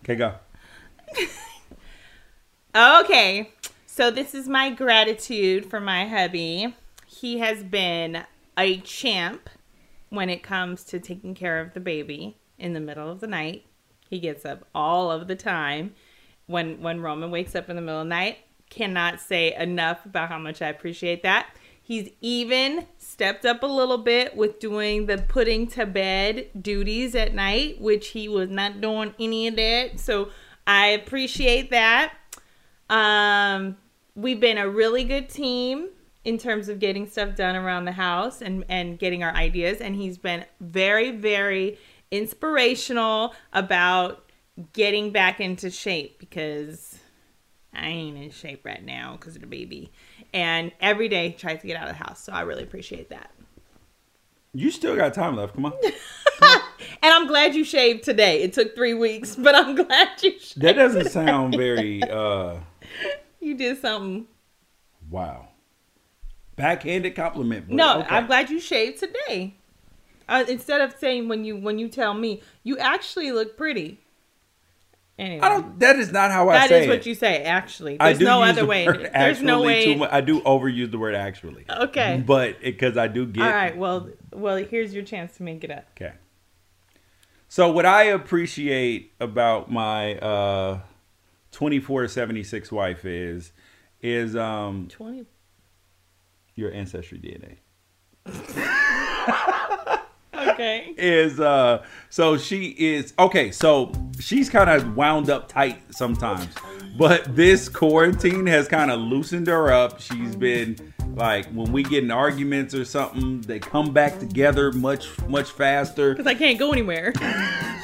Speaker 1: Okay, go.
Speaker 2: Okay, so this is my gratitude for my hubby. He has been a champ when it comes to taking care of the baby in the middle of the night. He gets up all of the time. When when Roman wakes up in the middle of the night, cannot say enough about how much I appreciate that. He's even stepped up a little bit with doing the putting to bed duties at night, which he was not doing any of that. So I appreciate that. Um, we've been a really good team in terms of getting stuff done around the house and, and getting our ideas. And he's been very, very inspirational about getting back into shape because I ain't in shape right now because of the baby. And every day he tries to get out of the house. So I really appreciate that.
Speaker 1: You still got time left. Come on.
Speaker 2: And I'm glad you shaved today. It took three weeks, but I'm [LAUGHS] glad you shaved.
Speaker 1: That doesn't sound very uh
Speaker 2: You did something.
Speaker 1: wow. Backhanded compliment. but
Speaker 2: No,
Speaker 1: okay.
Speaker 2: I'm glad you shaved today. Uh, instead of saying when you when you tell me, you actually look pretty. Anyway,
Speaker 1: I don't that is not how I
Speaker 2: that
Speaker 1: say
Speaker 2: is
Speaker 1: it.
Speaker 2: what you say. Actually,
Speaker 1: I
Speaker 2: there's
Speaker 1: do
Speaker 2: no
Speaker 1: use
Speaker 2: other
Speaker 1: the
Speaker 2: way.
Speaker 1: word
Speaker 2: There's no
Speaker 1: actually
Speaker 2: way.
Speaker 1: Too much. I do overuse the word actually.
Speaker 2: Okay.
Speaker 1: But because I do get
Speaker 2: All right. Well, well, here's your chance to make it up.
Speaker 1: Okay. So what I appreciate about my uh 2476 wife is is um
Speaker 2: Twenty.
Speaker 1: your ancestry DNA.
Speaker 2: Okay. [LAUGHS]
Speaker 1: is uh so she is okay so she's kind of wound up tight sometimes but this quarantine has kind of loosened her up she's been like when we get in arguments or something they come back together much much faster
Speaker 2: Because I can't go anywhere.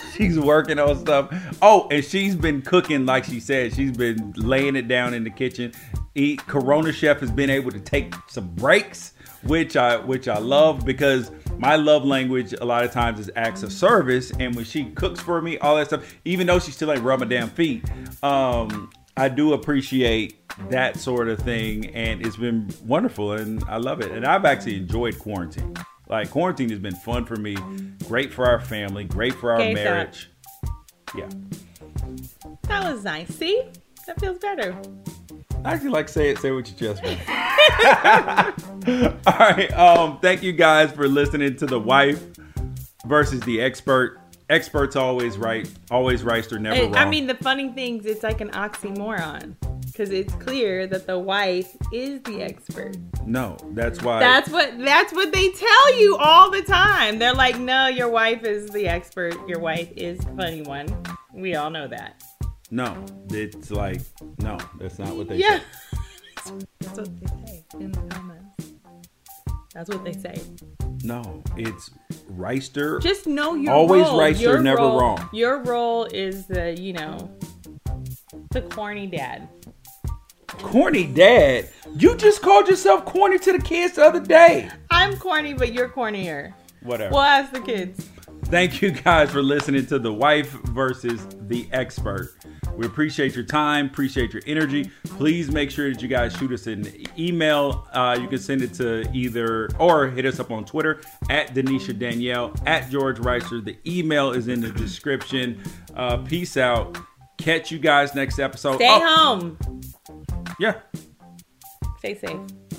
Speaker 1: [LAUGHS] she's working on stuff. Oh, and she's been cooking, like she said. She's been laying it down in the kitchen. Eat Corona Chef has been able to take some breaks, which I which I love because my love language a lot of times is acts of service. And when she cooks for me, all that stuff, even though she still ain't rub my damn feet, um, I do appreciate that sort of thing, and it's been wonderful, and I love it. And I've actually enjoyed quarantine. Like quarantine has been fun for me, great for our family, great for our
Speaker 2: Okay, so-
Speaker 1: marriage. Yeah.
Speaker 2: That was nice. See, that feels better.
Speaker 1: I actually like say it, say what you just
Speaker 2: [LAUGHS]
Speaker 1: meant. [LAUGHS] All right. Um, thank you guys for listening to the wife versus the expert. Experts always right, always right, they're never
Speaker 2: It-
Speaker 1: wrong.
Speaker 2: I mean, the funny thing is, it's like an oxymoron. because it's clear that the wife is the expert.
Speaker 1: No, that's why.
Speaker 2: That's what that's what they tell you all the time. They're like, "No, your wife is the expert. Your wife is the funny one." We all know that.
Speaker 1: no. It's like no. That's not what they.
Speaker 2: Yeah.
Speaker 1: Say.
Speaker 2: [LAUGHS] That's what they say in the comments. That's what they say.
Speaker 1: No, it's Reister.
Speaker 2: Just know your
Speaker 1: Always
Speaker 2: role.
Speaker 1: right,
Speaker 2: Your
Speaker 1: you're never
Speaker 2: role-
Speaker 1: wrong.
Speaker 2: Your role is the, you know, the corny dad.
Speaker 1: corny dad. You just called yourself corny to the kids the other day.
Speaker 2: I'm corny, but you're cornier.
Speaker 1: Whatever.
Speaker 2: Well, ask the kids.
Speaker 1: Thank you guys for listening to The Wife versus The Expert. We appreciate your time, appreciate your energy. Please make sure that you guys shoot us an email. Uh, you can send it to either or hit us up on Twitter at Denisha Danielle, at George Reiser. The email is in the description. Uh, peace out. Oh. Catch you guys next episode.
Speaker 2: Stay
Speaker 1: Oh,
Speaker 2: home.
Speaker 1: Yeah.
Speaker 2: Stay safe.